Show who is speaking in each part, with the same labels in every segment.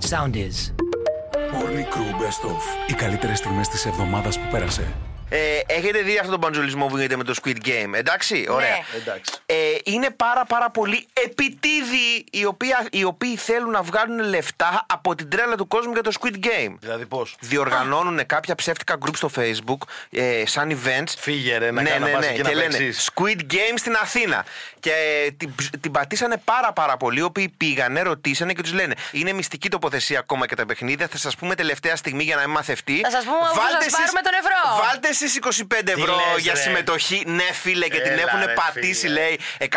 Speaker 1: sound is.
Speaker 2: Morning Crew Best Of. Οι καλύτερες στιγμές της εβδομάδας που πέρασε.
Speaker 3: Ε, έχετε δει αυτόν τον παντζουλισμό που γίνεται με το Squid Game, εντάξει, ωραία.
Speaker 4: Εντάξει.
Speaker 3: Ε, είναι πάρα πάρα πολλοί επιτίδιοι οι, οποία, οι οποίοι θέλουν να βγάλουν λεφτά από την τρέλα του κόσμου για το Squid Game.
Speaker 4: Δηλαδή πώς.
Speaker 3: Διοργανώνουν κάποια ψεύτικα group στο Facebook, ε, σαν events.
Speaker 4: Φύγε, ρε, να
Speaker 3: ναι,
Speaker 4: κάνω
Speaker 3: ναι,
Speaker 4: να πας
Speaker 3: ναι,
Speaker 4: εκεί
Speaker 3: και
Speaker 4: να
Speaker 3: λένε
Speaker 4: παίξεις.
Speaker 3: Squid Game στην Αθήνα. Και ε, την, την πατήσανε πάρα πάρα πολλοί, οι οποίοι πήγανε, ρωτήσανε και τους λένε Είναι μυστική τοποθεσία ακόμα και τα παιχνίδια. Θα σας πούμε τελευταία στιγμή για να μην μαθευτεί.
Speaker 5: Θα σας πούμε όπου
Speaker 3: Βάλτε
Speaker 5: σας
Speaker 3: εσείς-
Speaker 5: πάρουμε τον ευρώ.
Speaker 3: Βάλτε εσεί 25 ευρώ
Speaker 4: λες,
Speaker 3: για
Speaker 4: ρε.
Speaker 3: συμμετοχή. Ναι, φίλε, και την
Speaker 4: Έλα,
Speaker 3: έχουν
Speaker 4: ρε,
Speaker 3: πατήσει,
Speaker 4: φίλε.
Speaker 3: λέει, 150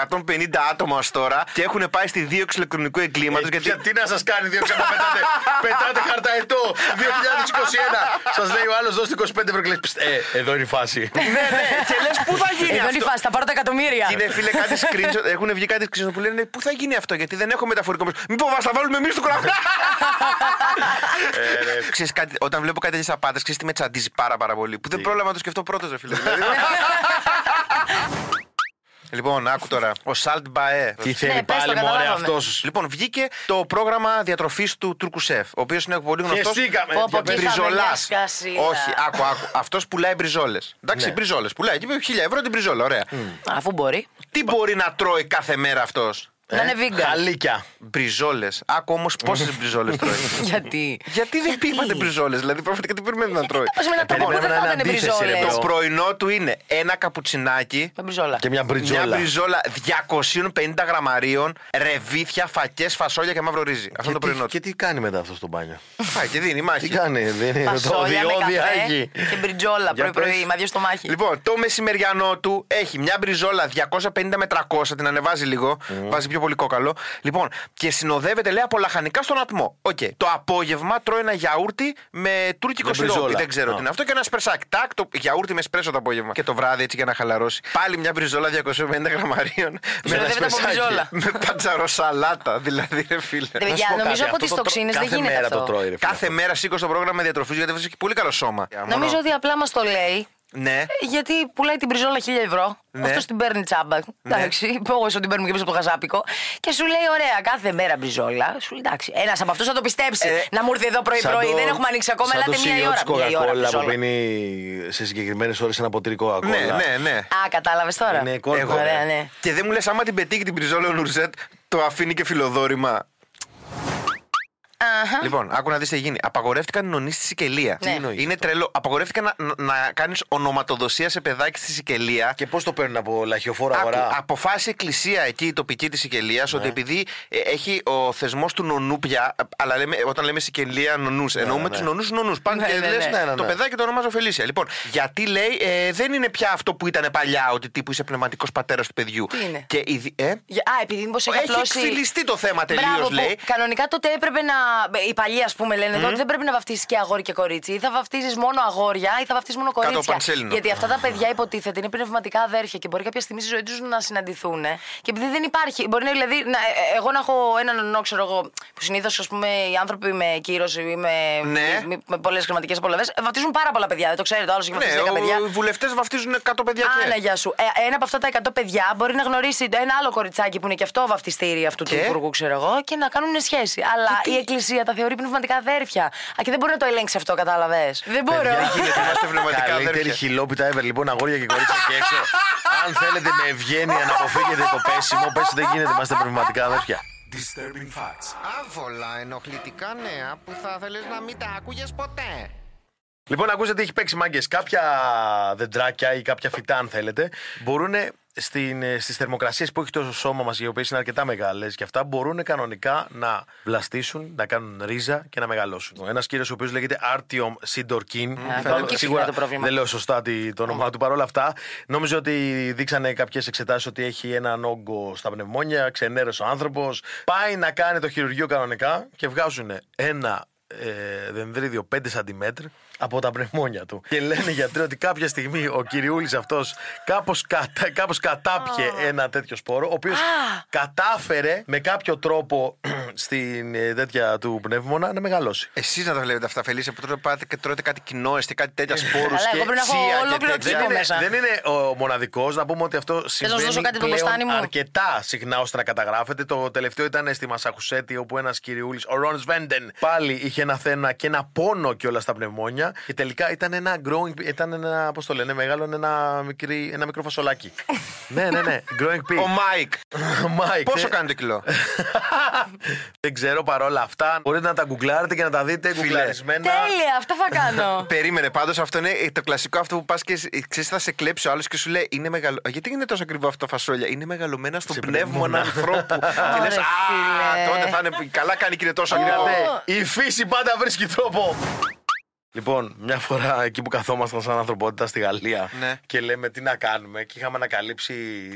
Speaker 3: άτομα ως τώρα και έχουν πάει στη δίωξη ηλεκτρονικού εγκλήματος.
Speaker 4: Ε, και τι να σας κάνει, δύο ξένα πετάτε, πετάτε ε, χαρταετό 2021. Σας λέει ο άλλος, δώστε 25 ευρώ και λες, «Πστ, Ε, εδώ είναι η φάση.
Speaker 3: ναι, ναι, και λες πού θα γίνει
Speaker 5: Εδώ είναι η
Speaker 3: αυτό.
Speaker 5: φάση, Ε, θα πάρω τα εκατομμύρια.
Speaker 3: Και είναι φίλε κάτι screenshot, έχουν βγει κάτι screenshot που λένε «Ναι, Πού θα γίνει αυτό, γιατί δεν έχω μεταφορικό μέσο. Μην φοβάσαι, θα βάλουμε εμείς του κραυγά.
Speaker 4: Ε,
Speaker 3: Ξέρεις κάτι, όταν βλέπω κάτι τέτοιες απάτες, ξέρεις τι με τσαντίζει πάρα, πάρα πολύ. Που δεν πρόλαβα να το σκεφτώ πρώτος, ρε φίλε. Δηλαδή- Λοιπόν, άκου τώρα. Ο Σαλτ Μπαέ.
Speaker 4: Τι θέλει
Speaker 5: Ναι, πες το,
Speaker 4: πάλι, μωρέ,
Speaker 5: καταλάβαμε.
Speaker 4: αυτός.
Speaker 3: Λοιπόν, βγήκε το πρόγραμμα διατροφής του Τούρκου Σεφ, ο οποίος είναι πολύ γνωστός.
Speaker 4: Χεστήκαμε.
Speaker 5: Πω, πω,
Speaker 4: Για πες.
Speaker 5: τι θα-
Speaker 3: Μπριζολά.
Speaker 5: μια σκασίδα.
Speaker 3: Όχι, άκου, άκου. Αυτός πουλάει μπριζόλες. Εντάξει,
Speaker 4: Ναι. Mm.
Speaker 3: μπριζόλες. Πουλάει και είπε, χίλια ευρώ την μπριζόλα. Ωραία.
Speaker 5: Αφού μπορεί.
Speaker 3: Τι μπορεί να τρώει κάθε μέρα αυτός.
Speaker 5: Να ε, είναι vegan.
Speaker 4: Χαλίκια.
Speaker 3: Μπριζόλες. Άκου όμως πόσες μπριζόλες τρώεις.
Speaker 5: Γιατί.
Speaker 3: Γιατί δεν πήγατε μπριζόλες, δηλαδή πραγματικά τι περιμένει να τρώει.
Speaker 5: Όχι με έναν τρόπο που
Speaker 4: Περιμένουμε
Speaker 5: δεν θα
Speaker 4: να
Speaker 5: ήταν
Speaker 4: αντίθεση, ρε,
Speaker 5: μπριζόλες.
Speaker 4: παιδί.
Speaker 3: Το πρωινό του είναι ένα καπουτσινάκι.
Speaker 5: Με μπριζόλα.
Speaker 4: Και μια μπριτζόλα.
Speaker 3: Μια μπριζόλα 250 γραμμαρίων, ρεβίθια, φακές, φασόλια και μαύρο ρύζι. Αυτό είναι το
Speaker 4: Και τι-
Speaker 3: πρωινό του.
Speaker 4: Και τι κάνει μετά αυτό στο μπάνιο.
Speaker 3: Πάει και δίνει
Speaker 4: Τι
Speaker 3: μάχη.
Speaker 4: κάνει, δεν είναι το
Speaker 5: Φασόλια με
Speaker 4: διόδια
Speaker 5: καφέ
Speaker 4: έχει.
Speaker 5: και μπριτζόλα
Speaker 4: Για
Speaker 5: πρωί-πρωί,
Speaker 4: πες.
Speaker 5: με δύο στο μάχη.
Speaker 3: Λοιπόν, το μεσημεριανό του έχει μια μπριζόλα 250 με 300, την ανεβάζει λίγο, βάζει πιο πολύ κόκαλο. Λοιπόν, και συνοδεύεται λέει από λαχανικά στον ατμό. Οκ. Το απόγευμα τρώει ένα γιαούρτι με τουρκικό
Speaker 4: Με
Speaker 3: σιρόπι.
Speaker 4: μπριζόλα.
Speaker 3: Δεν ξέρω
Speaker 4: Α.
Speaker 3: τι είναι αυτό. Και ένα σπερσάκι. Τάκ, το γιαούρτι με σπρέσο το απόγευμα. Και το βράδυ έτσι για να χαλαρώσει. Πάλι μια μπριζόλα 250 γραμμαρίων. με ένα
Speaker 5: Συνοδεύεται από
Speaker 3: σπερσάκι.
Speaker 5: μπριζόλα.
Speaker 3: Με πατσαροσαλάτα, δηλαδή, ρε φίλε.
Speaker 5: Ρε,
Speaker 4: Να
Speaker 5: παιδιά,
Speaker 4: σου πω
Speaker 5: νομίζω
Speaker 4: κάτι,
Speaker 5: από
Speaker 4: αυτό
Speaker 5: τις
Speaker 4: το τρώ-
Speaker 5: τοξίνες δεν
Speaker 4: κάθε
Speaker 5: γίνεται
Speaker 4: μέρα
Speaker 5: αυτό.
Speaker 4: το τρώει, ρε φίλε.
Speaker 3: Κάθε μέρα σήκωσε το πρόγραμμα διατροφής γιατί βρίσκει πολύ καλό σώμα.
Speaker 5: Νομίζω
Speaker 3: Μόνο-
Speaker 5: ότι απλά μας το λέει. ε,
Speaker 3: Ναι.
Speaker 5: Γιατί πουλάει την πριζόλα 1000 ευρώ.
Speaker 3: Ναι.
Speaker 5: Αυτός την παίρνει τσάμπα. Εντάξει, όσο την παίρνουμε και εμείς από το χασάπικο. Και σου λέει, ωραία, κάθε μέρα μπριζόλα. Σου λέει, εντάξει, ένας από αυτούς θα το πιστέψει.
Speaker 3: Ε,
Speaker 5: να μου έρθει εδώ πρωί-πρωί. Δεν έχουμε ανοίξει ακόμα, ελάτε μία η ώρα. Μία η ώρα
Speaker 4: κοκακόλα που
Speaker 5: μπριζόλα.
Speaker 4: πίνει σε συγκεκριμένες ώρες ένα ποτήρι κοκακόλα.
Speaker 3: Ναι, ναι, ναι.
Speaker 5: Α, κατάλαβες τώρα.
Speaker 4: Είναι κόλπο.
Speaker 3: Εγώ.
Speaker 5: Ωραία, ναι.
Speaker 3: Και δεν μου λες, άμα την πετύχει την πριζόλα ο Νουρζέτ, το αφήνει και φιλοδόρημα.
Speaker 5: Αχα. Ναι.
Speaker 3: Λοιπόν, άκου να δεις τι γίνει. Απαγορεύτηκαν οι νονείς στη Σικελία.
Speaker 5: Τι εννοείς
Speaker 3: Είναι τρελό. Απαγορεύτηκαν να, να κάνεις ονοματοδοσία σε παιδάκι στη Σικελία.
Speaker 4: Και πώς το παίρνουν από λαχιοφόρα
Speaker 3: Άκου,
Speaker 4: αγορά.
Speaker 3: αποφάσισε η εκκλησία εκεί, η τοπική της Σικελίας, ότι
Speaker 5: Ναι.
Speaker 3: επειδή ε, έχει ο θεσμός του νονού πια. ε, Αλλά λέμε, όταν λέμε Σικελία νονούς, εννοούμε
Speaker 4: ναι.
Speaker 3: τους νονούς νονούς. Πάνε
Speaker 5: Ναι,
Speaker 3: και
Speaker 5: ναι,
Speaker 3: λες,
Speaker 5: ναι.
Speaker 4: Ναι, ναι,
Speaker 3: το
Speaker 4: ναι.
Speaker 3: παιδάκι το ονομάζω Φελίσια. Λοιπόν, γιατί λέει ε, δεν είναι πια αυτό που ήταν παλιά, ότι τύπου είσαι πνευματικός πατέρας του παιδιού.
Speaker 5: Τι είναι?
Speaker 3: Και, η δι- ε,
Speaker 5: Για- Α, επειδή μήπως έχει
Speaker 3: Έχει
Speaker 5: απλώσει.
Speaker 3: εκφυλιστεί το θέμα τελείως,
Speaker 5: Μπράβο, που
Speaker 3: λέει.
Speaker 5: Κανονικά τότε έπρεπε να. Οι παλιοί, ας πούμε, λένε εδώ ότι δεν πρέπει να βαφτίσεις και αγόρι και κορίτσι. Ή θα βαφτίζεις μόνο αγόρια ή θα βαφτίζεις μόνο
Speaker 3: το
Speaker 5: κορίτσια.
Speaker 3: πανσέλινο.
Speaker 5: Γιατί αυτά τα παιδιά υποτίθεται είναι πνευματικά αδέρφια και μπορεί κάποια στιγμή στη ζωή τους να συναντηθούν. Και επειδή δεν υπάρχει. Μπορεί να, δηλαδή, να, ε, εγώ να έχω έναν ονό, ξέρω εγώ, που συνήθως ας πούμε οι άνθρωποι με κύρωση ή με,
Speaker 3: Ναι.
Speaker 5: με, με πολλές χρηματικέ απολαυές ε, βαφτίζουν πάρα πολλά παιδιά. Δεν το ξέρετε, άλλος έχει βαφτίσει 10 παιδιά.
Speaker 3: Ναι, οι βουλευτές βαφτίζουν 100 παιδιά και.
Speaker 5: Άνα, γεια σου. Ε, ένα από αυτά τα 100 παιδιά μπορεί να γνωρίσει ένα άλλο κοριτσάκι που είναι και αυτό βαφτιστήρι αυτού
Speaker 3: Και?
Speaker 5: του υπουργού, ξέρω εγώ, και να κάνουν σχέση. Αλλά η Εκκλησία τα θεωρεί πνευματικά αδέρφια. Α, και δεν μπορεί να το ελέγξει αυτό, κατάλαβες. Δεν μπορώ.
Speaker 3: Δεν γίνεται, είμαστε πνευματικά
Speaker 4: Καλύτερη
Speaker 3: αδέρφια.
Speaker 4: χιλόπιτα ever. Λοιπόν, αγόρια και κορίτσια και έξω. Αν θέλετε με ευγένεια να αποφύγετε το πέσιμο, πέσει δεν γίνεται, είμαστε πνευματικά αδέρφια.
Speaker 2: Disturbing Facts.
Speaker 3: Άβολα, ενοχλητικά νέα που θα θέλεις να μην τα άκουγες ποτέ.
Speaker 4: Λοιπόν, ακούσατε, έχει παίξει μάγκες. Κάποια δεντράκια ή κάποια φυτά, αν θέλετε, μπορούν ε, στις θερμοκρασίες που έχει το σώμα μας, οι οποίες είναι αρκετά μεγάλες και αυτά, μπορούν κανονικά να βλαστήσουν, να κάνουν ρίζα και να μεγαλώσουν. Ένας κύριος, ο οποίος λέγεται Άρτιομ Σιντορκίν.
Speaker 5: κανονική φύση είναι το πρόβλημα.
Speaker 4: δεν λέω σωστά τι- το όνομά του. Παρ' όλα αυτά, νόμιζα ότι δείξανε κάποιες εξετάσεις ότι έχει έναν όγκο στα πνευμόνια, ξενέρωσε ο άνθρωπος. Πάει να κάνει το χειρουργείο κανονικά και βγάζουν ένα ε, δενδρίδιο 5 cm από τα πνευμόνια του. Και λένε οι γιατροί ότι κάποια στιγμή ο κυριούλης αυτός κάπως κατα... κάπως κατάπιε ένα τέτοιο σπόρο, ο οποίος
Speaker 6: Α.
Speaker 4: κατάφερε με κάποιο τρόπο στην ε, τέτοια του πνεύμονα να μεγαλώσει.
Speaker 3: Εσείς να τα βλέπετε αυτά, Φελίσσα, που τρώτε, πάτε και τρώτε κάτι κοινόες και κάτι τέτοια σπόρου.
Speaker 6: Ε, Καλά, εγώ πρέπει να έχω ολόκληρο
Speaker 4: Ε, Δεν
Speaker 6: Λίγο
Speaker 4: είναι,
Speaker 6: μέσα.
Speaker 4: δεν είναι ο μοναδικός. Να πούμε ότι αυτό
Speaker 6: να σου
Speaker 4: συμβαίνει
Speaker 6: δώσω κάτι το μποστάνι
Speaker 4: πλέον
Speaker 6: μου?
Speaker 4: αρκετά συχνά ώστε να καταγράφεται. Το τελευταίο ήταν στη Μασαχουσέτη, όπου ένας κυριούλης, ο Ρον Σβέντεν, πάλι είχε ένα θέμα και ένα πόνο κιόλας στα πνευμόνια. Και τελικά ήταν ένα growing. Ήταν ένα, πώς το λένε, μεγάλο, ένα, μικρή, ένα μικρό φασολάκι. ναι, ναι, ναι. Growing
Speaker 3: Ο
Speaker 4: pig.
Speaker 3: Μάικ.
Speaker 4: Μάικ,
Speaker 3: Πόσο
Speaker 4: ε.
Speaker 3: κάνει το κιλό.
Speaker 4: Δεν ξέρω παρόλα αυτά. Μπορείτε να τα γκουγκλάρετε και να τα δείτε γκουγκλαρισμένα.
Speaker 6: Τέλεια, αυτά θα κάνω.
Speaker 3: Περίμενε, πάντως αυτό είναι ε, το κλασικό αυτό που πας και ε, ξέρεις, θα σε κλέψει ο άλλος και σου λέει είναι μεγάλο. Γιατί είναι τόσο ακριβό αυτό φασόλια, Είναι μεγαλωμένα στον πνεύμονα ανθρώπου. και λες,
Speaker 6: Ωρε,
Speaker 3: Α,
Speaker 6: φίλε».
Speaker 3: τότε θα είναι. Καλά κάνει και είναι τόσο ακριβό.
Speaker 4: Γίνεται. Η φύση πάντα βρίσκει τρόπο. Λοιπόν, μια φορά εκεί που καθόμασταν σαν ανθρωπότητα στη Γαλλία
Speaker 3: Ναι.
Speaker 4: και λέμε τι να κάνουμε και είχαμε ανακαλύψει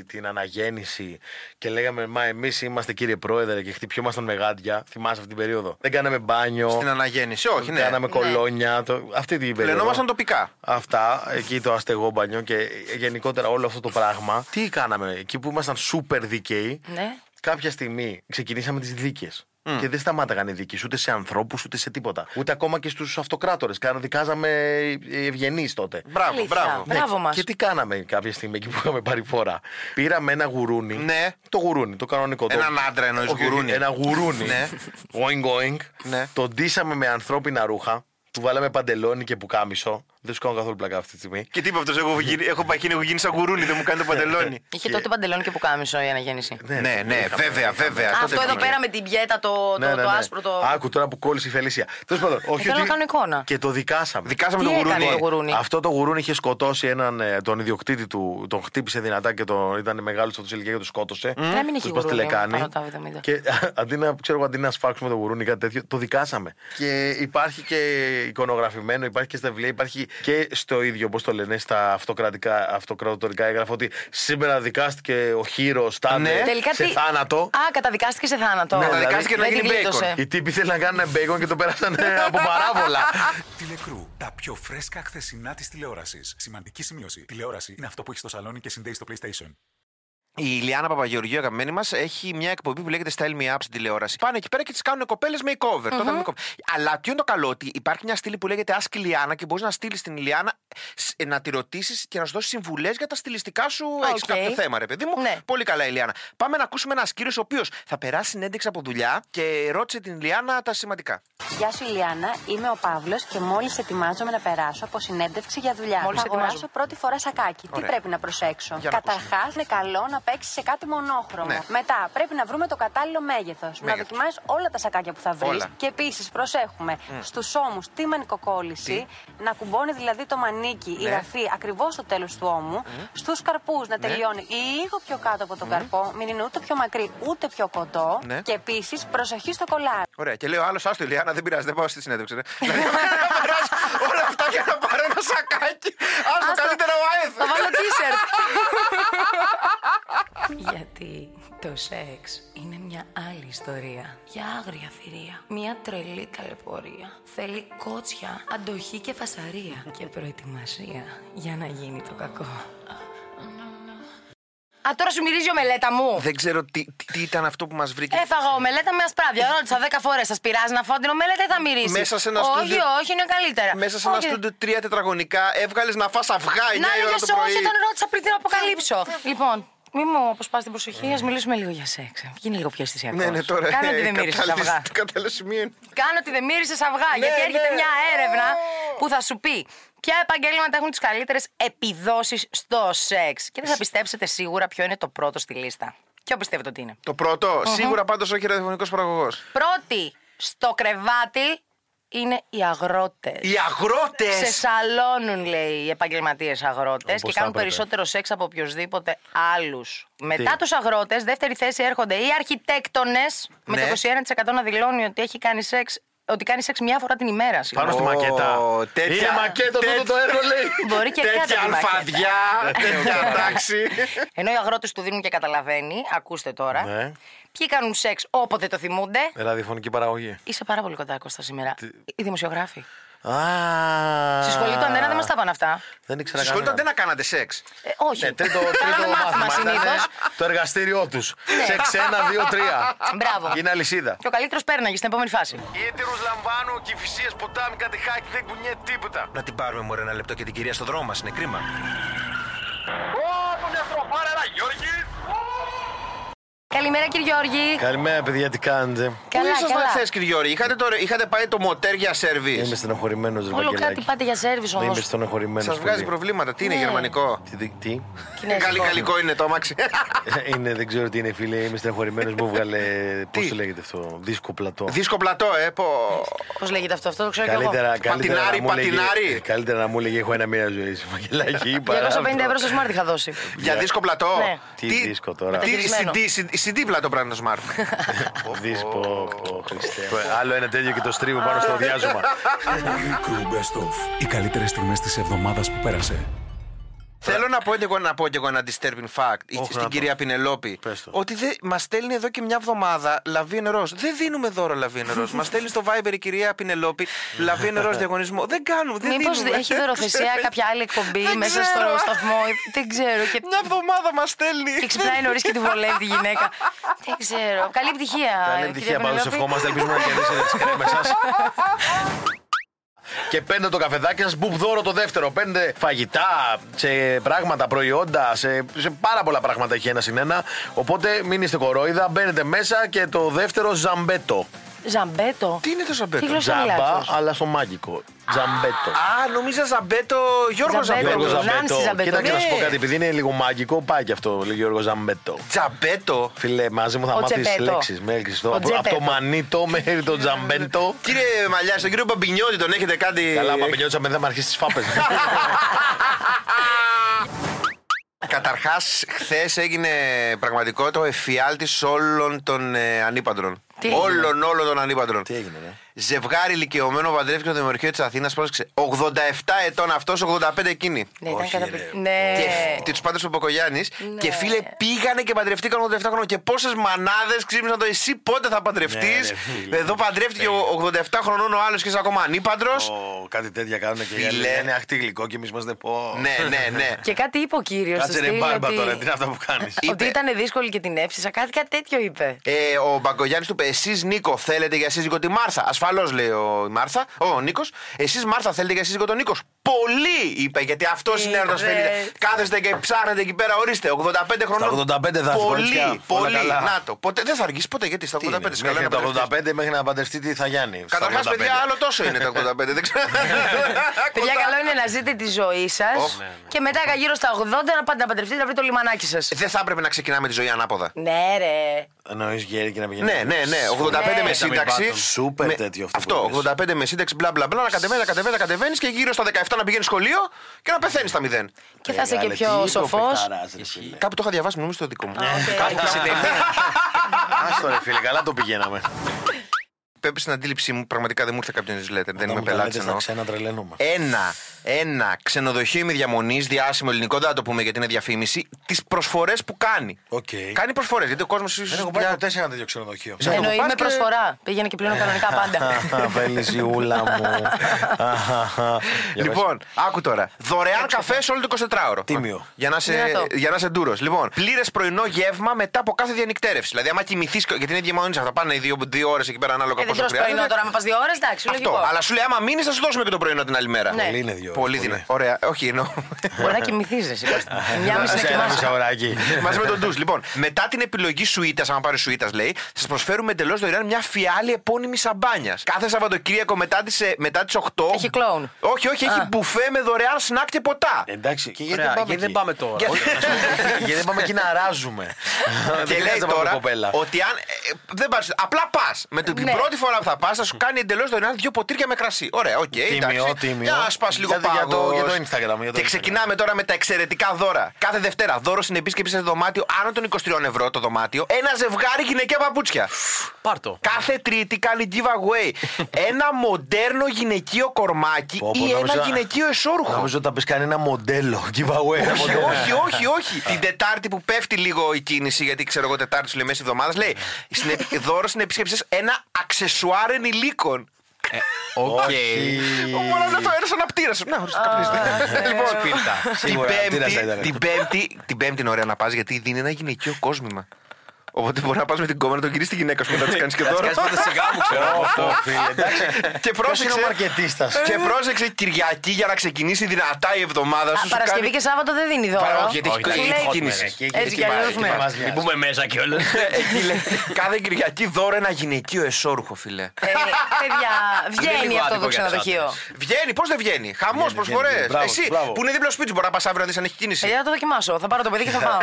Speaker 4: την αναγέννηση και λέγαμε μα εμείς είμαστε κύριε πρόεδρε και χτυπιόμασταν με γάντια, θυμάσαι αυτή την περίοδο. Δεν κάναμε μπάνιο,
Speaker 3: Στην αναγέννηση, όχι,
Speaker 4: δεν
Speaker 3: ναι.
Speaker 4: κάναμε κολόνια, το, αυτή την περίοδο.
Speaker 3: Λενόμασταν τοπικά.
Speaker 4: Αυτά, εκεί το αστεγό μπανιό και γενικότερα όλο αυτό το πράγμα. Τι κάναμε, εκεί που ήμασταν σούπερ δικαίοι,
Speaker 6: ναι.
Speaker 4: κάποια στιγμή ξεκινήσαμε τις δίκες. Και δεν σταμάταγαν οι δίκε ούτε σε ανθρώπους ούτε σε τίποτα. Ούτε ακόμα και στους αυτοκράτορες. Δικάζαμε ευγενείς τότε. Ναι,
Speaker 3: Μπράβο,
Speaker 6: Αλήθεια.
Speaker 3: μπράβο.
Speaker 6: Μπράβο
Speaker 4: και-
Speaker 6: μας.
Speaker 4: Και τι κάναμε κάποια στιγμή εκεί που είχαμε πάρει φορά. Πήραμε ένα γουρούνι.
Speaker 3: Ναι.
Speaker 4: Το γουρούνι, το κανονικό. το-
Speaker 3: Έναν άντρα εννοείς,
Speaker 4: Όχι, όχι,
Speaker 3: γουρούνι.
Speaker 4: Ένα γουρούνι.
Speaker 3: Ναι.
Speaker 4: Going, going.
Speaker 3: Ναι.
Speaker 4: Το ντύσαμε με ανθρώπινα ρούχα. Του βάλαμε παντελόνι και πουκάμισο. Δεν σου κάνω καθόλου πλακά αυτή τη στιγμή.
Speaker 3: Και τι είπε αυτός, έχω, γίνει- έχω παχύνει, έχω γίνει σαν κουρούνι, δεν μου κάνει το παντελόνι.
Speaker 6: Είχε τότε παντελόνι και πουκάμισο η αναγέννηση.
Speaker 3: ναι, ναι, βέβαια, βέβαια.
Speaker 6: Α,
Speaker 3: τότε
Speaker 6: Αυτό εδώ
Speaker 3: πήγε.
Speaker 6: πέρα με την πιέτα, το,
Speaker 3: Ναι,
Speaker 6: το, το άσπρο, το.
Speaker 4: Ναι,
Speaker 6: Ε,
Speaker 4: Άκου τώρα που κόλλησε η Φελίσια. Τέλος πάντων, όχι.
Speaker 6: θέλω
Speaker 4: ότι-
Speaker 6: να κάνω εικόνα.
Speaker 4: Και το δικάσαμε.
Speaker 3: Δικάσαμε
Speaker 6: Τι
Speaker 3: τον
Speaker 6: έκανε το
Speaker 3: γουρούνι.
Speaker 6: γουρούνι.
Speaker 4: Αυτό το γουρούνι είχε σκοτώσει έναν, ε, τον ιδιοκτήτη του, τον χτύπησε δυνατά και τον, ήταν μεγάλος αυτό ηλικία και τον σκότωσε.
Speaker 6: Να μην έχει
Speaker 4: Τους πας
Speaker 6: γουρούνι,
Speaker 4: τηλεκάνη.
Speaker 6: πάνω τα 70.
Speaker 4: Και α, αντί να, ξέρω, εγώ, αντί να σφάξουμε το γουρούνι ή κάτι τέτοιο, το δικάσαμε. Και υπάρχει και εικονογραφημένο, υπάρχει και στα βιβλία, υπάρχει και στο ίδιο, πώς το λένε, στα αυτοκρατικά, αυτοκρατορικά έγγραφα ότι σήμερα δικάστηκε ο χείρος, τάνε
Speaker 3: Ναι.
Speaker 6: Τελικά
Speaker 4: σε
Speaker 6: τι- Ναι,
Speaker 4: θάνατο.
Speaker 6: Α, καταδικάστηκε σε θάνατο.
Speaker 4: Ναι,
Speaker 3: Καταδικάστηκε να
Speaker 4: δηλαδή
Speaker 6: Δεν
Speaker 3: γίνει
Speaker 6: την γλίτωσε.
Speaker 3: bacon.
Speaker 4: Οι τύποι θέλαν να κάνουν μπέικον και το πέρασαν ε, από παράβολα.
Speaker 2: Τηλεκρού. Τα πιο φρέσκα χθεσινά της τηλεόρασης. Σημαντική σημείωση. Τηλεόραση είναι αυτό που έχει στο σαλόνι και συνδέει στο PlayStation.
Speaker 3: Η Ηλιάνα Παπαγεωργίου, αγαπημένη μας, έχει μια εκπομπή που λέγεται Style Me Up στην τηλεόραση. Πάνε εκεί πέρα και τις κάνουν κοπέλες με makeover. Το κάνουν makeover. Αλλά τι είναι το καλό, ότι υπάρχει μια στήλη που λέγεται Ask Iliana και μπορείς να στείλεις την Ηλιάνα σ- ε, να τη ρωτήσεις και να σου δώσει συμβουλές για τα στυλιστικά σου.
Speaker 6: Οκ.
Speaker 3: Έχει κάποιο θέμα, ρε παιδί μου.
Speaker 6: Ναι.
Speaker 3: Πολύ καλά, Ηλιάνα. Πάμε να ακούσουμε ένας κύριος ο οποίος θα περάσει συνέντευξη από δουλειά και ρώτησε την Ηλιάνα τα σημαντικά.
Speaker 1: Γεια σου Ηλιάνα, είμαι ο Παύλος και μόλις ετοιμάζομαι να περάσω από συνέντευξη για δουλειά.
Speaker 6: Μόλις
Speaker 1: θα αγοράσω
Speaker 6: ετοιμάζομαι.
Speaker 1: πρώτη φορά σακάκι.
Speaker 3: Ωραία.
Speaker 1: Τι πρέπει να προσέξω.
Speaker 3: Για να
Speaker 1: Καταρχάς, είναι καλό να παίξει σε κάτι μονόχρωμο.
Speaker 3: Ναι.
Speaker 1: Μετά, πρέπει να βρούμε το κατάλληλο μέγεθος. Να
Speaker 3: Μέγεθος.
Speaker 1: δοκιμάσεις όλα τα σακάκια που θα βρεις.
Speaker 3: Όλα.
Speaker 1: Και επίσης, προσέχουμε στους ώμους τη μανικοκόλληση, να κουμπώνει δηλαδή το μανίκι, η
Speaker 3: Ναι.
Speaker 1: ραφή ακριβώς στο τέλος του ώμου. Στους καρπούς να τελειώνει λίγο πιο κάτω από τον καρπό. Μην είναι ούτε πιο μακρύ ούτε πιο κοντό.
Speaker 3: Ναι.
Speaker 1: Και επίσης, προσοχή στο κολάρι.
Speaker 3: Ωραία. Και λέει ο άλλος, άστο Ηλιάνα, δεν πειράζει, δεν πάω στη συνέντευξη. Ρε. δηλαδή, να περάσω όλα αυτά για να πάρω ένα σακάκι. Άστο,
Speaker 6: Άστο.
Speaker 3: καλύτερα ο ΑΕΘ.
Speaker 6: Θα βάλω t-shirt. Γιατί το σεξ είναι μια άλλη ιστορία. Για άγρια θηρία. Μια τρελή ταλαιπωρία. Θέλει κότσια, αντοχή και φασαρία. και προετοιμασία για να γίνει το κακό. Α, τώρα σου μυρίζει η ομελέτα μου.
Speaker 3: Δεν ξέρω τι, τι, τι ήταν αυτό που μας βρήκε.
Speaker 6: Έφαγα ομελέτα με ασπράδια. Ρώτησα 10 φορές. Σας πειράζει να φάω την ομελέτα ή θα μυρίσει.
Speaker 3: Μέσα σε ένα
Speaker 6: όχι,
Speaker 3: στούντιο-
Speaker 6: όχι, είναι καλύτερα.
Speaker 3: Μέσα σε ένα
Speaker 6: Όχι,
Speaker 3: στούντιο τρία τετραγωνικά έβγαλες να φας αυγά 9
Speaker 6: Να
Speaker 3: η ώρα
Speaker 6: έλεγε
Speaker 3: το πρωί.
Speaker 6: όχι όταν ρώτησα πριν την αποκαλύψω. λοιπόν, μη μου αποσπάς την προσοχή, ας μιλήσουμε λίγο για σεξ. Γίνει λίγο πιο αισθησιακός.
Speaker 3: Ναι, ναι, τώρα.
Speaker 6: Κάνω
Speaker 3: ε,
Speaker 6: ότι δεν μύρισες
Speaker 3: κατάλληλο-
Speaker 6: αυγά.
Speaker 3: κατάλληλο σημείο είναι.
Speaker 6: Κάνω ότι δεν μύρισες αυγά. γιατί
Speaker 3: ναι.
Speaker 6: έρχεται μια έρευνα που θα σου πει ποια επαγγέλματα έχουν τις καλύτερες επιδόσεις στο σεξ. Και δεν θα πιστέψετε σίγουρα ποιο είναι το πρώτο στη λίστα. Ποιο πιστεύετε ότι είναι.
Speaker 3: Το πρώτο, σίγουρα πάντως όχι ραδιοφωνικός παραγωγός.
Speaker 6: Πρώτη στο κρεβάτι είναι οι αγρότες.
Speaker 3: Οι αγρότες!
Speaker 6: Σε σαλώνουν, λέει, οι επαγγελματίες αγρότες
Speaker 4: Όπως
Speaker 6: και
Speaker 4: θα
Speaker 6: κάνουν
Speaker 4: έπρεπε.
Speaker 6: περισσότερο σεξ από οποιοδήποτε άλλου. Μετά τους αγρότες, δεύτερη θέση έρχονται οι αρχιτέκτονες, με
Speaker 3: Ναι.
Speaker 6: το 21% να δηλώνει ότι έχει κάνει σεξ, ότι κάνεις σεξ μία φορά την ημέρα. συγγνώμη.
Speaker 4: Πάνω στη
Speaker 3: Ω,
Speaker 4: μακέτα.
Speaker 3: τέτοια-
Speaker 4: Είναι μακέτα αυτό το έργο λέει.
Speaker 6: Μπορεί και κάτω
Speaker 3: Τέτοια
Speaker 6: από τη μακέτα.
Speaker 3: αλφαδιά, τέτοια τάξη.
Speaker 6: Ενώ οι αγρότες του δίνουν και καταλαβαίνει, ακούστε τώρα.
Speaker 4: Ναι. Ε.
Speaker 6: Ποιοι κάνουν σεξ όποτε το θυμούνται.
Speaker 4: Ραδιοφωνική παραγωγή.
Speaker 6: Είσαι πάρα πολύ κοντά, Κώστα, σήμερα. Οι δημοσιογράφοι.
Speaker 4: Α.
Speaker 6: Στη σχολή του Αντένα δεν μας τα πάνε αυτά.
Speaker 4: Δεν ήξερα
Speaker 3: Στη σχολή τότε
Speaker 4: κανένα.
Speaker 3: να κάνατε σεξ.
Speaker 6: Ε, όχι.
Speaker 4: Ναι, τρίτο, τρίτο ναι.
Speaker 6: Κάναμε μάθημα συνήθω.
Speaker 4: ήταν Το εργαστήριό τους. Σε ξένα, δύο, τρία.
Speaker 6: Μπράβο.
Speaker 4: Είναι αλυσίδα.
Speaker 6: Και ο καλύτερος πέρναγε στην επόμενη φάση.
Speaker 4: Οι έτερους λαμβάνω και οι φυσίες ποτάμι κάτι χάκι δεν κουνιέται τίποτα.
Speaker 3: Να την πάρουμε μωρέ ένα λεπτό και την κυρία στο δρόμο μας, είναι κρίμα.
Speaker 6: Καλημέρα κύριε Γιώργη.
Speaker 4: Καλημέρα, παιδιά, τι κάνετε.
Speaker 6: Καλά,
Speaker 3: Πού ήσασταν
Speaker 6: καλά.
Speaker 3: χθες, κύριε Γιώργη, είχατε, το- είχατε πάει το μοτέρ για σερβίς.
Speaker 4: Είμαι στενοχωρημένος, ρε
Speaker 6: Όλο κάτι
Speaker 4: Βαγγελάκη.
Speaker 6: πάτε για σερβις
Speaker 4: Είμαι
Speaker 6: όμως.
Speaker 4: στενοχωρημένος.
Speaker 3: Σας βγάζει προβλήματα, τι είναι
Speaker 6: Ναι.
Speaker 3: γερμανικό.
Speaker 4: Τι, τι, τι?
Speaker 6: Κινέζικο.
Speaker 3: Γαλλικό γαλλικό είναι το αμάξι.
Speaker 4: είναι, δεν ξέρω τι είναι, φίλε. Είμαι στενοχωρημένος. Μου βγάλε. Πώς το λέγεται αυτό, δίσκο πλατό.
Speaker 3: Δίσκο πλατό, ε, πω.
Speaker 6: Πώς λέγεται αυτό, αυτό το ξέρω κι εγώ.
Speaker 4: Καλύτερα, καλύτερα,
Speaker 3: Πατινάρι,
Speaker 4: να μου λέγε-
Speaker 3: πατινάρι.
Speaker 4: καλύτερα να μου λέγε έχω ένα μήνα ζωής. Βαγγελάκη, παρά
Speaker 6: 250
Speaker 4: αυτό.
Speaker 6: ευρώ στο Smart είχα δώσει.
Speaker 3: Για δίσκο πλατό.
Speaker 6: Ναι.
Speaker 4: Τι δίσκο τώρα.
Speaker 3: Τι
Speaker 6: Μεταχειρισμένο.
Speaker 3: CD, CD, CD πλατό πράγμα το smart.
Speaker 4: Δίσκο. Άλλο ένα τέτοιο και το στρίβω πάνω στο διάζωμα.
Speaker 2: Crew Best Of. Οι καλύτερες στιγμές της εβδομάδας που πέρασε.
Speaker 3: Θέλω να πω και εγώ, να πω και εγώ ένα disturbing fact
Speaker 4: Όχι, να
Speaker 3: στην
Speaker 4: το.
Speaker 3: κυρία Πινελόπη.
Speaker 4: Πες το.
Speaker 3: Ότι δεν- μας στέλνει εδώ και μια εβδομάδα λαβίν ροζ. Δεν δίνουμε δώρο λαβίν ροζ. μας στέλνει στο Viber η κυρία Πινελόπη λαβίν ροζ διαγωνισμό. Δεν κάνουμε. Δεν
Speaker 6: Μήπως
Speaker 3: δίνουμε.
Speaker 6: έχει δωροθεσία κάποια άλλη εκπομπή
Speaker 3: Δεν
Speaker 6: μέσα
Speaker 3: ξέρω.
Speaker 6: στο σταθμό. Δεν ξέρω. Και,
Speaker 3: Μια εβδομάδα μας στέλνει.
Speaker 6: και ξυπνάει νωρίς και τη βολεύει τη γυναίκα. Δεν ξέρω. Καλή επιτυχία.
Speaker 4: Καλή
Speaker 6: κυρία
Speaker 4: επιτυχία πάντω.
Speaker 6: Πενελόπη.
Speaker 4: Ευχόμαστε. Ελπίζουμε να κερδίσετε τις κρέμε σας. Και παίρνετε το καφεδάκι σας, μπουμ δώρο το δεύτερο. Παίρνετε φαγητά, σε πράγματα, προϊόντα, σε, σε πάρα πολλά πράγματα έχει ένα συν ένα. Οπότε μην είστε κορόιδα, μπαίνετε μέσα και το δεύτερο ζαμπέτο.
Speaker 6: Ζαμπέτο.
Speaker 3: Τι είναι το
Speaker 6: Τι
Speaker 3: Ζαμπέτο.
Speaker 6: γλώσσα μιλάει
Speaker 4: Τζάμπα,
Speaker 6: αυτός?
Speaker 4: αλλά στο μάγικο. Ζαμπέτο.
Speaker 3: Α, νομίζω Ζαμπέτο Γιώργος
Speaker 6: Ζαμπέτο.
Speaker 3: Ζαμπέτο.
Speaker 4: Γιώργος
Speaker 6: Νάνση Ζαμπέτο.
Speaker 4: Κοίτα και να σου πω
Speaker 3: Ναι.
Speaker 4: κάτι, επειδή είναι λίγο μάγικο, πάει και αυτό, λέει Γιώργος Ζαμπέτο.
Speaker 3: Ζαμπέτο.
Speaker 4: Φίλε, μαζί μου θα
Speaker 6: Ο
Speaker 4: μάθεις
Speaker 6: Τζεπέτο.
Speaker 4: λέξεις μέχρι στο.
Speaker 6: Ο
Speaker 4: Από από το
Speaker 6: Τζεπέτο.
Speaker 4: μανίτο μέχρι το τζαμπέντο.
Speaker 3: Κύριε Μαλιά, τον κύριο Μπαμπινιώτη τον έχετε κάτι.
Speaker 4: Καλά, μα παιδιά, δεν με αρχίσει τις φάπες.
Speaker 3: Καταρχάς, χθες έγινε πραγματικό το εφιάλτης όλων των ε, ανήπαντρων.
Speaker 6: Τι έγινε?
Speaker 3: όλων, όλων των ανήπαντρων. Τι ναι.
Speaker 4: έγινε, ρε?
Speaker 3: Ζευγάρι ηλικιωμένο παντρεύτηκε στο Δημορχείο της Αθήνας, πρόσεξε. 87 ετών αυτός, 85 εκείνη.
Speaker 6: Ναι, ήταν
Speaker 4: Όχι,
Speaker 6: καταπληκτικό.
Speaker 4: ρε.
Speaker 6: Ναι.
Speaker 3: Και τους πάντες του Μποκογιάννη. Και φίλε, πήγανε και παντρευτήκαν 87 χρόνια. Και πόσες μανάδες ξύπνησαν το εσύ πότε θα παντρευτείς.
Speaker 4: Ναι, ρε, φίλε.
Speaker 3: Εδώ παντρεύτηκε ο 87 χρονών ο άλλος και είσαι ακόμα ανήπαντρος.
Speaker 4: Κάτι τέτοια κάνουν και
Speaker 3: Φίλε.
Speaker 4: φίλε. Είναι αχτή γλυκό και εμεί είμαστε πω.
Speaker 3: Ναι, ναι, ναι.
Speaker 6: Και κάτι είπε ο κύριος.
Speaker 4: Κάτσε ρε μπάρμπα τώρα, τι είναι αυτά που κάνεις.
Speaker 6: Ότι
Speaker 3: Είπε.
Speaker 6: ήταν δύσκολη και την έψησα. Κάτι, κάτι τέτοιο είπε.
Speaker 3: Ε, ο Μπαγκογιάννης του είπε: Εσείς Νίκο θέλετε για σύζυγο τη Μάρθα. Ασφαλώς λέει ο, η Μάρθα, ο Νίκος. Εσείς Μάρθα θέλετε για σύζυγο τον Νίκος. Πολύ είπε, γιατί αυτός είναι ένας
Speaker 6: ρε.
Speaker 3: θέλετε. Κάθεστε και ψάχνετε εκεί πέρα, ορίστε. 85 χρονών.
Speaker 4: Στα 85 θα έρθει κοριτσιά. Όλα
Speaker 3: Πολύ, πολύ.
Speaker 4: καλά.
Speaker 3: Να το. Ποτέ, δεν θα αργήσει ποτέ, γιατί στα 85
Speaker 4: Τι είναι,
Speaker 3: σε καλά να
Speaker 4: Μέχρι το
Speaker 3: παντρευτείς.
Speaker 4: 85 μέχρι να παντρευτεί τι θα Γιάννη. στα
Speaker 3: Καταρχάς,
Speaker 4: 85.
Speaker 3: παιδιά, άλλο τόσο είναι τα 85. Δεν ξέρω.
Speaker 6: Παιδιά, καλό είναι να ζείτε τη ζωή σας και μετά γύρω στα 80 να πάτε να παντρευτείτε να βρείτε το λιμανάκι σας.
Speaker 3: Δεν θα έπρεπε να ξεκινάμε τη ζωή ανάποδα.
Speaker 6: Ναι, ρε.
Speaker 4: Εννοείς γέρι και να πηγαίνεις.
Speaker 3: Ναι, ναι, ναι.
Speaker 4: Ε,
Speaker 3: 85
Speaker 6: Ναι.
Speaker 3: με σύνταξη.
Speaker 4: Σούπερ
Speaker 3: Με-
Speaker 4: τέτοιο αυτό που λες.
Speaker 3: 85 με σύνταξη, μπλα μπλα μπλα. Να κατεβαίνει, να κατεβαίνει, να κατεβαίνει και γύρω στα 17 να πηγαίνει σχολείο και να πεθαίνει στα 0.
Speaker 6: Και θα είσαι και
Speaker 4: Μεγάλε,
Speaker 6: πιο
Speaker 4: τι είπε ο
Speaker 6: σοφός.
Speaker 4: Πεκτάρας, ρε, φίλε.
Speaker 3: Κάπου το είχα διαβάσει, νομίζω στο δικό μου.
Speaker 4: Άστο ρε φίλε, καλά το πηγαίναμε.
Speaker 3: Πέμπει στην αντίληψή μου, πραγματικά δεν μου ήρθε κάποιο newsletter, δεν
Speaker 4: Όταν
Speaker 3: είμαι
Speaker 4: μου τα λέτε
Speaker 3: πελάτη
Speaker 4: Στα
Speaker 3: εννοώ.
Speaker 4: ξένα τρελαίνουμε.
Speaker 3: Ένα, ένα ξενοδοχείο ημιδιαμονής, διάσημο ελληνικό, δεν θα το πούμε γιατί είναι διαφήμιση, τις προσφορές που κάνει.
Speaker 4: Οκ.
Speaker 3: Κάνει προσφορές, γιατί ο κόσμος ίσω.
Speaker 4: Δεν έχω πάει ποτέ σε ένα τέτοιο ξενοδοχείο.
Speaker 3: το
Speaker 6: Εννοεί
Speaker 3: πας
Speaker 6: με
Speaker 3: και-
Speaker 6: προσφορά. Πήγαινε και πλέον κανονικά πάντα.
Speaker 4: Βελιζιούλα μου.
Speaker 3: Λοιπόν, άκου τώρα. Δωρεάν καφέ σε όλο το 24ωρο.
Speaker 4: Τίμιο.
Speaker 3: Για να σε,
Speaker 6: Δυνατό.
Speaker 3: για να σε ντούρος. Λοιπόν, πλήρες πρωινό γεύμα μετά από κάθε διανυκτέρευση. Δηλαδή, άμα κοιμηθείς. Γιατί είναι διαμονή αυτά, πάνε δύο, δύο ώρες εκεί πέρα ανάλογα
Speaker 6: Ε, δεν
Speaker 3: πόσο
Speaker 6: τρως
Speaker 3: χρειάζεται.
Speaker 6: πρωινό τώρα, άμα πας δύο ώρες, εντάξει,
Speaker 3: Αυτό.
Speaker 6: λογικό.
Speaker 3: Αλλά σου λέει, άμα μείνεις, θα σου δώσουμε και το πρωινό την άλλη μέρα.
Speaker 6: Ναι. Πολύ
Speaker 4: είναι δύο ώρες,
Speaker 3: Πολύ
Speaker 4: πολύ.
Speaker 3: δυνατό. Ωραία. Όχι, εννοώ.
Speaker 6: Μπορεί να κοιμηθείς ρε, Σικώστα. Μια μισή να
Speaker 4: Σε ένα
Speaker 6: κοιμάσαι.
Speaker 4: μισάωράκι.
Speaker 3: Μαζί με τον ντους. Λοιπόν, μετά την επιλογή σουίτα, αν πάρει σουίτα, λέει, σας προσφέρουμε εντελώς δωρεάν μια φιάλη επώνυμη σαμπάνιας. Κάθε Σαββατοκύριακο μετά τις μετά τις 8.
Speaker 6: Έχει κλόουν.
Speaker 3: Όχι, όχι, έχει
Speaker 6: Α.
Speaker 3: μπουφέ με δωρεάν σνακ και ποτά.
Speaker 4: Εντάξει, και
Speaker 7: γιατί δεν πάμε εκεί.
Speaker 4: Γιατί γιατί δεν πάμε εκεί να αράζουμε.
Speaker 3: Και λέει τώρα ότι αν. ε, ε, δεν πάρεις, απλά πας. Με την
Speaker 6: Ναι.
Speaker 3: πρώτη φορά που θα πας, θα σου κάνει εντελώς δωρεάν δύο ποτήρια με κρασί. Ωραία, οκ. εντάξει.
Speaker 4: τίμιο.
Speaker 3: Για να σπάσει λίγο
Speaker 4: Για- για το-
Speaker 3: πάγος.
Speaker 4: για το Instagram, για το
Speaker 3: Και
Speaker 4: Instagram.
Speaker 3: ξεκινάμε τώρα με τα εξαιρετικά δώρα. Κάθε Δευτέρα, δώρο στην επίσκεψη σε δωμάτιο άνω των 23 ευρώ το δωμάτιο. Ένα ζευγάρι γυναικεία παπούτσια.
Speaker 7: Πάρτο.
Speaker 3: Κάθε Τρίτη κάνει giveaway. ένα μοντέρνο γυναικείο κορμάκι
Speaker 4: Πω, πω,
Speaker 3: ή
Speaker 4: νόμιζα-
Speaker 3: ένα γυναικείο εσόρουχο.
Speaker 4: Νομίζω ότι θα πεις κανένα μοντέλο. Giveaway. ένα
Speaker 3: Όχι,
Speaker 4: μοντέλο.
Speaker 3: όχι, όχι, όχι. Την Τετάρτη που πέφτει λίγο η κίνηση, γιατί ξέρω εγώ
Speaker 4: Ναι.
Speaker 3: Τετάρτη σου λέει μέση εβδομάδα, λέει στην επι- δώρο στην επίσκεψη σας ένα αξεσουάρ ενηλίκων.
Speaker 7: Ε, Οκ.
Speaker 4: Όχι.
Speaker 3: Μόνο να το έρθω να πτύρασω. Να, ορίστε, καπνίστε. Λοιπόν,
Speaker 7: Σπίρτα.
Speaker 3: την
Speaker 4: ναι. Σίγουρα, πτήρασα
Speaker 3: πέμπτη,
Speaker 4: ήταν.
Speaker 3: την πέμπτη, την πέμπτη είναι ωραία να πας γιατί δίνει ένα γυναικείο κόσμημα. Οπότε μπορεί να πας με την κόμμα να τον γυρίσει τη γυναίκα σου μετά της κάνεις και
Speaker 7: Κάτσε,
Speaker 3: τώρα.
Speaker 7: κάτσε πάντα σιγά μου, ξέρω. εγώ.
Speaker 4: Αυτό, φίλε. Εντάξει.
Speaker 3: Και
Speaker 4: Ποιος είναι ο
Speaker 3: πρόσεξε.
Speaker 4: μαρκετίστας.
Speaker 3: Και πρόσεξε Κυριακή για να ξεκινήσει δυνατά η εβδομάδα σου.
Speaker 6: Α, Παρασκευή και Σάββατο δεν δίνει δώρο.
Speaker 3: Παρά, γιατί έχει
Speaker 7: Όχι,
Speaker 3: κλείσει
Speaker 6: λέει-
Speaker 3: η κίνηση.
Speaker 4: Εκεί, εκεί,
Speaker 6: Έτσι
Speaker 3: εκεί
Speaker 6: κι αλλιώς
Speaker 3: πάει,
Speaker 6: ναι.
Speaker 3: εκεί πάει.
Speaker 7: Μην πούμε μέσα κιόλας.
Speaker 3: Εκεί Ε, λέει, Κάθε Κυριακή δώρο ένα γυναικείο εσόρουχο, φίλε.
Speaker 6: Ε, Παιδιά, βγαίνει
Speaker 7: λίγο
Speaker 6: αυτό
Speaker 7: άδικο
Speaker 6: το
Speaker 7: για τους
Speaker 6: ξενοδοχείο.
Speaker 7: άντρες.
Speaker 3: Βγαίνει, πώς δεν βγαίνει. Χαμός
Speaker 4: Βγαίνει,
Speaker 3: προσφορές.
Speaker 4: βγαίνει, μπράβο,
Speaker 3: Εσύ
Speaker 4: μπράβο.
Speaker 3: που είναι δίπλα στο σπίτι, σου, μπορεί να πας αύριο να δεις αν έχει κίνηση.
Speaker 6: Παιδιά, θα το δοκιμάσω. Θα πάρω το παιδί και θα πάω.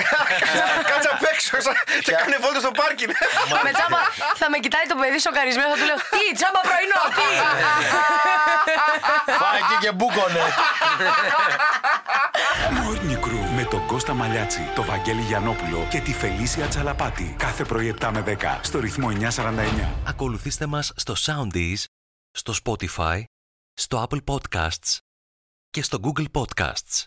Speaker 3: Κάτσε απ' έξω σαν- και κάνε βόλτα στο πάρκινγκ.
Speaker 6: Με τσάμπα θα με κοιτάει το παιδί σοκαρισμένο, θα του λέω Τι, τσάμπα πρωινό, τι.
Speaker 4: Φάει εκεί και μπούκονε.
Speaker 2: Morning Crew με τον Κώστα Μαλιάτση, τον Βαγγέλη Γιανόπουλο και τη Φελίσια Τσαλαπάτη. Κάθε πρωί 7 με 10 στο ρυθμό 949.
Speaker 8: Ακολουθήστε μας στο Soundees, στο Spotify, στο Apple Podcasts και στο Google Podcasts.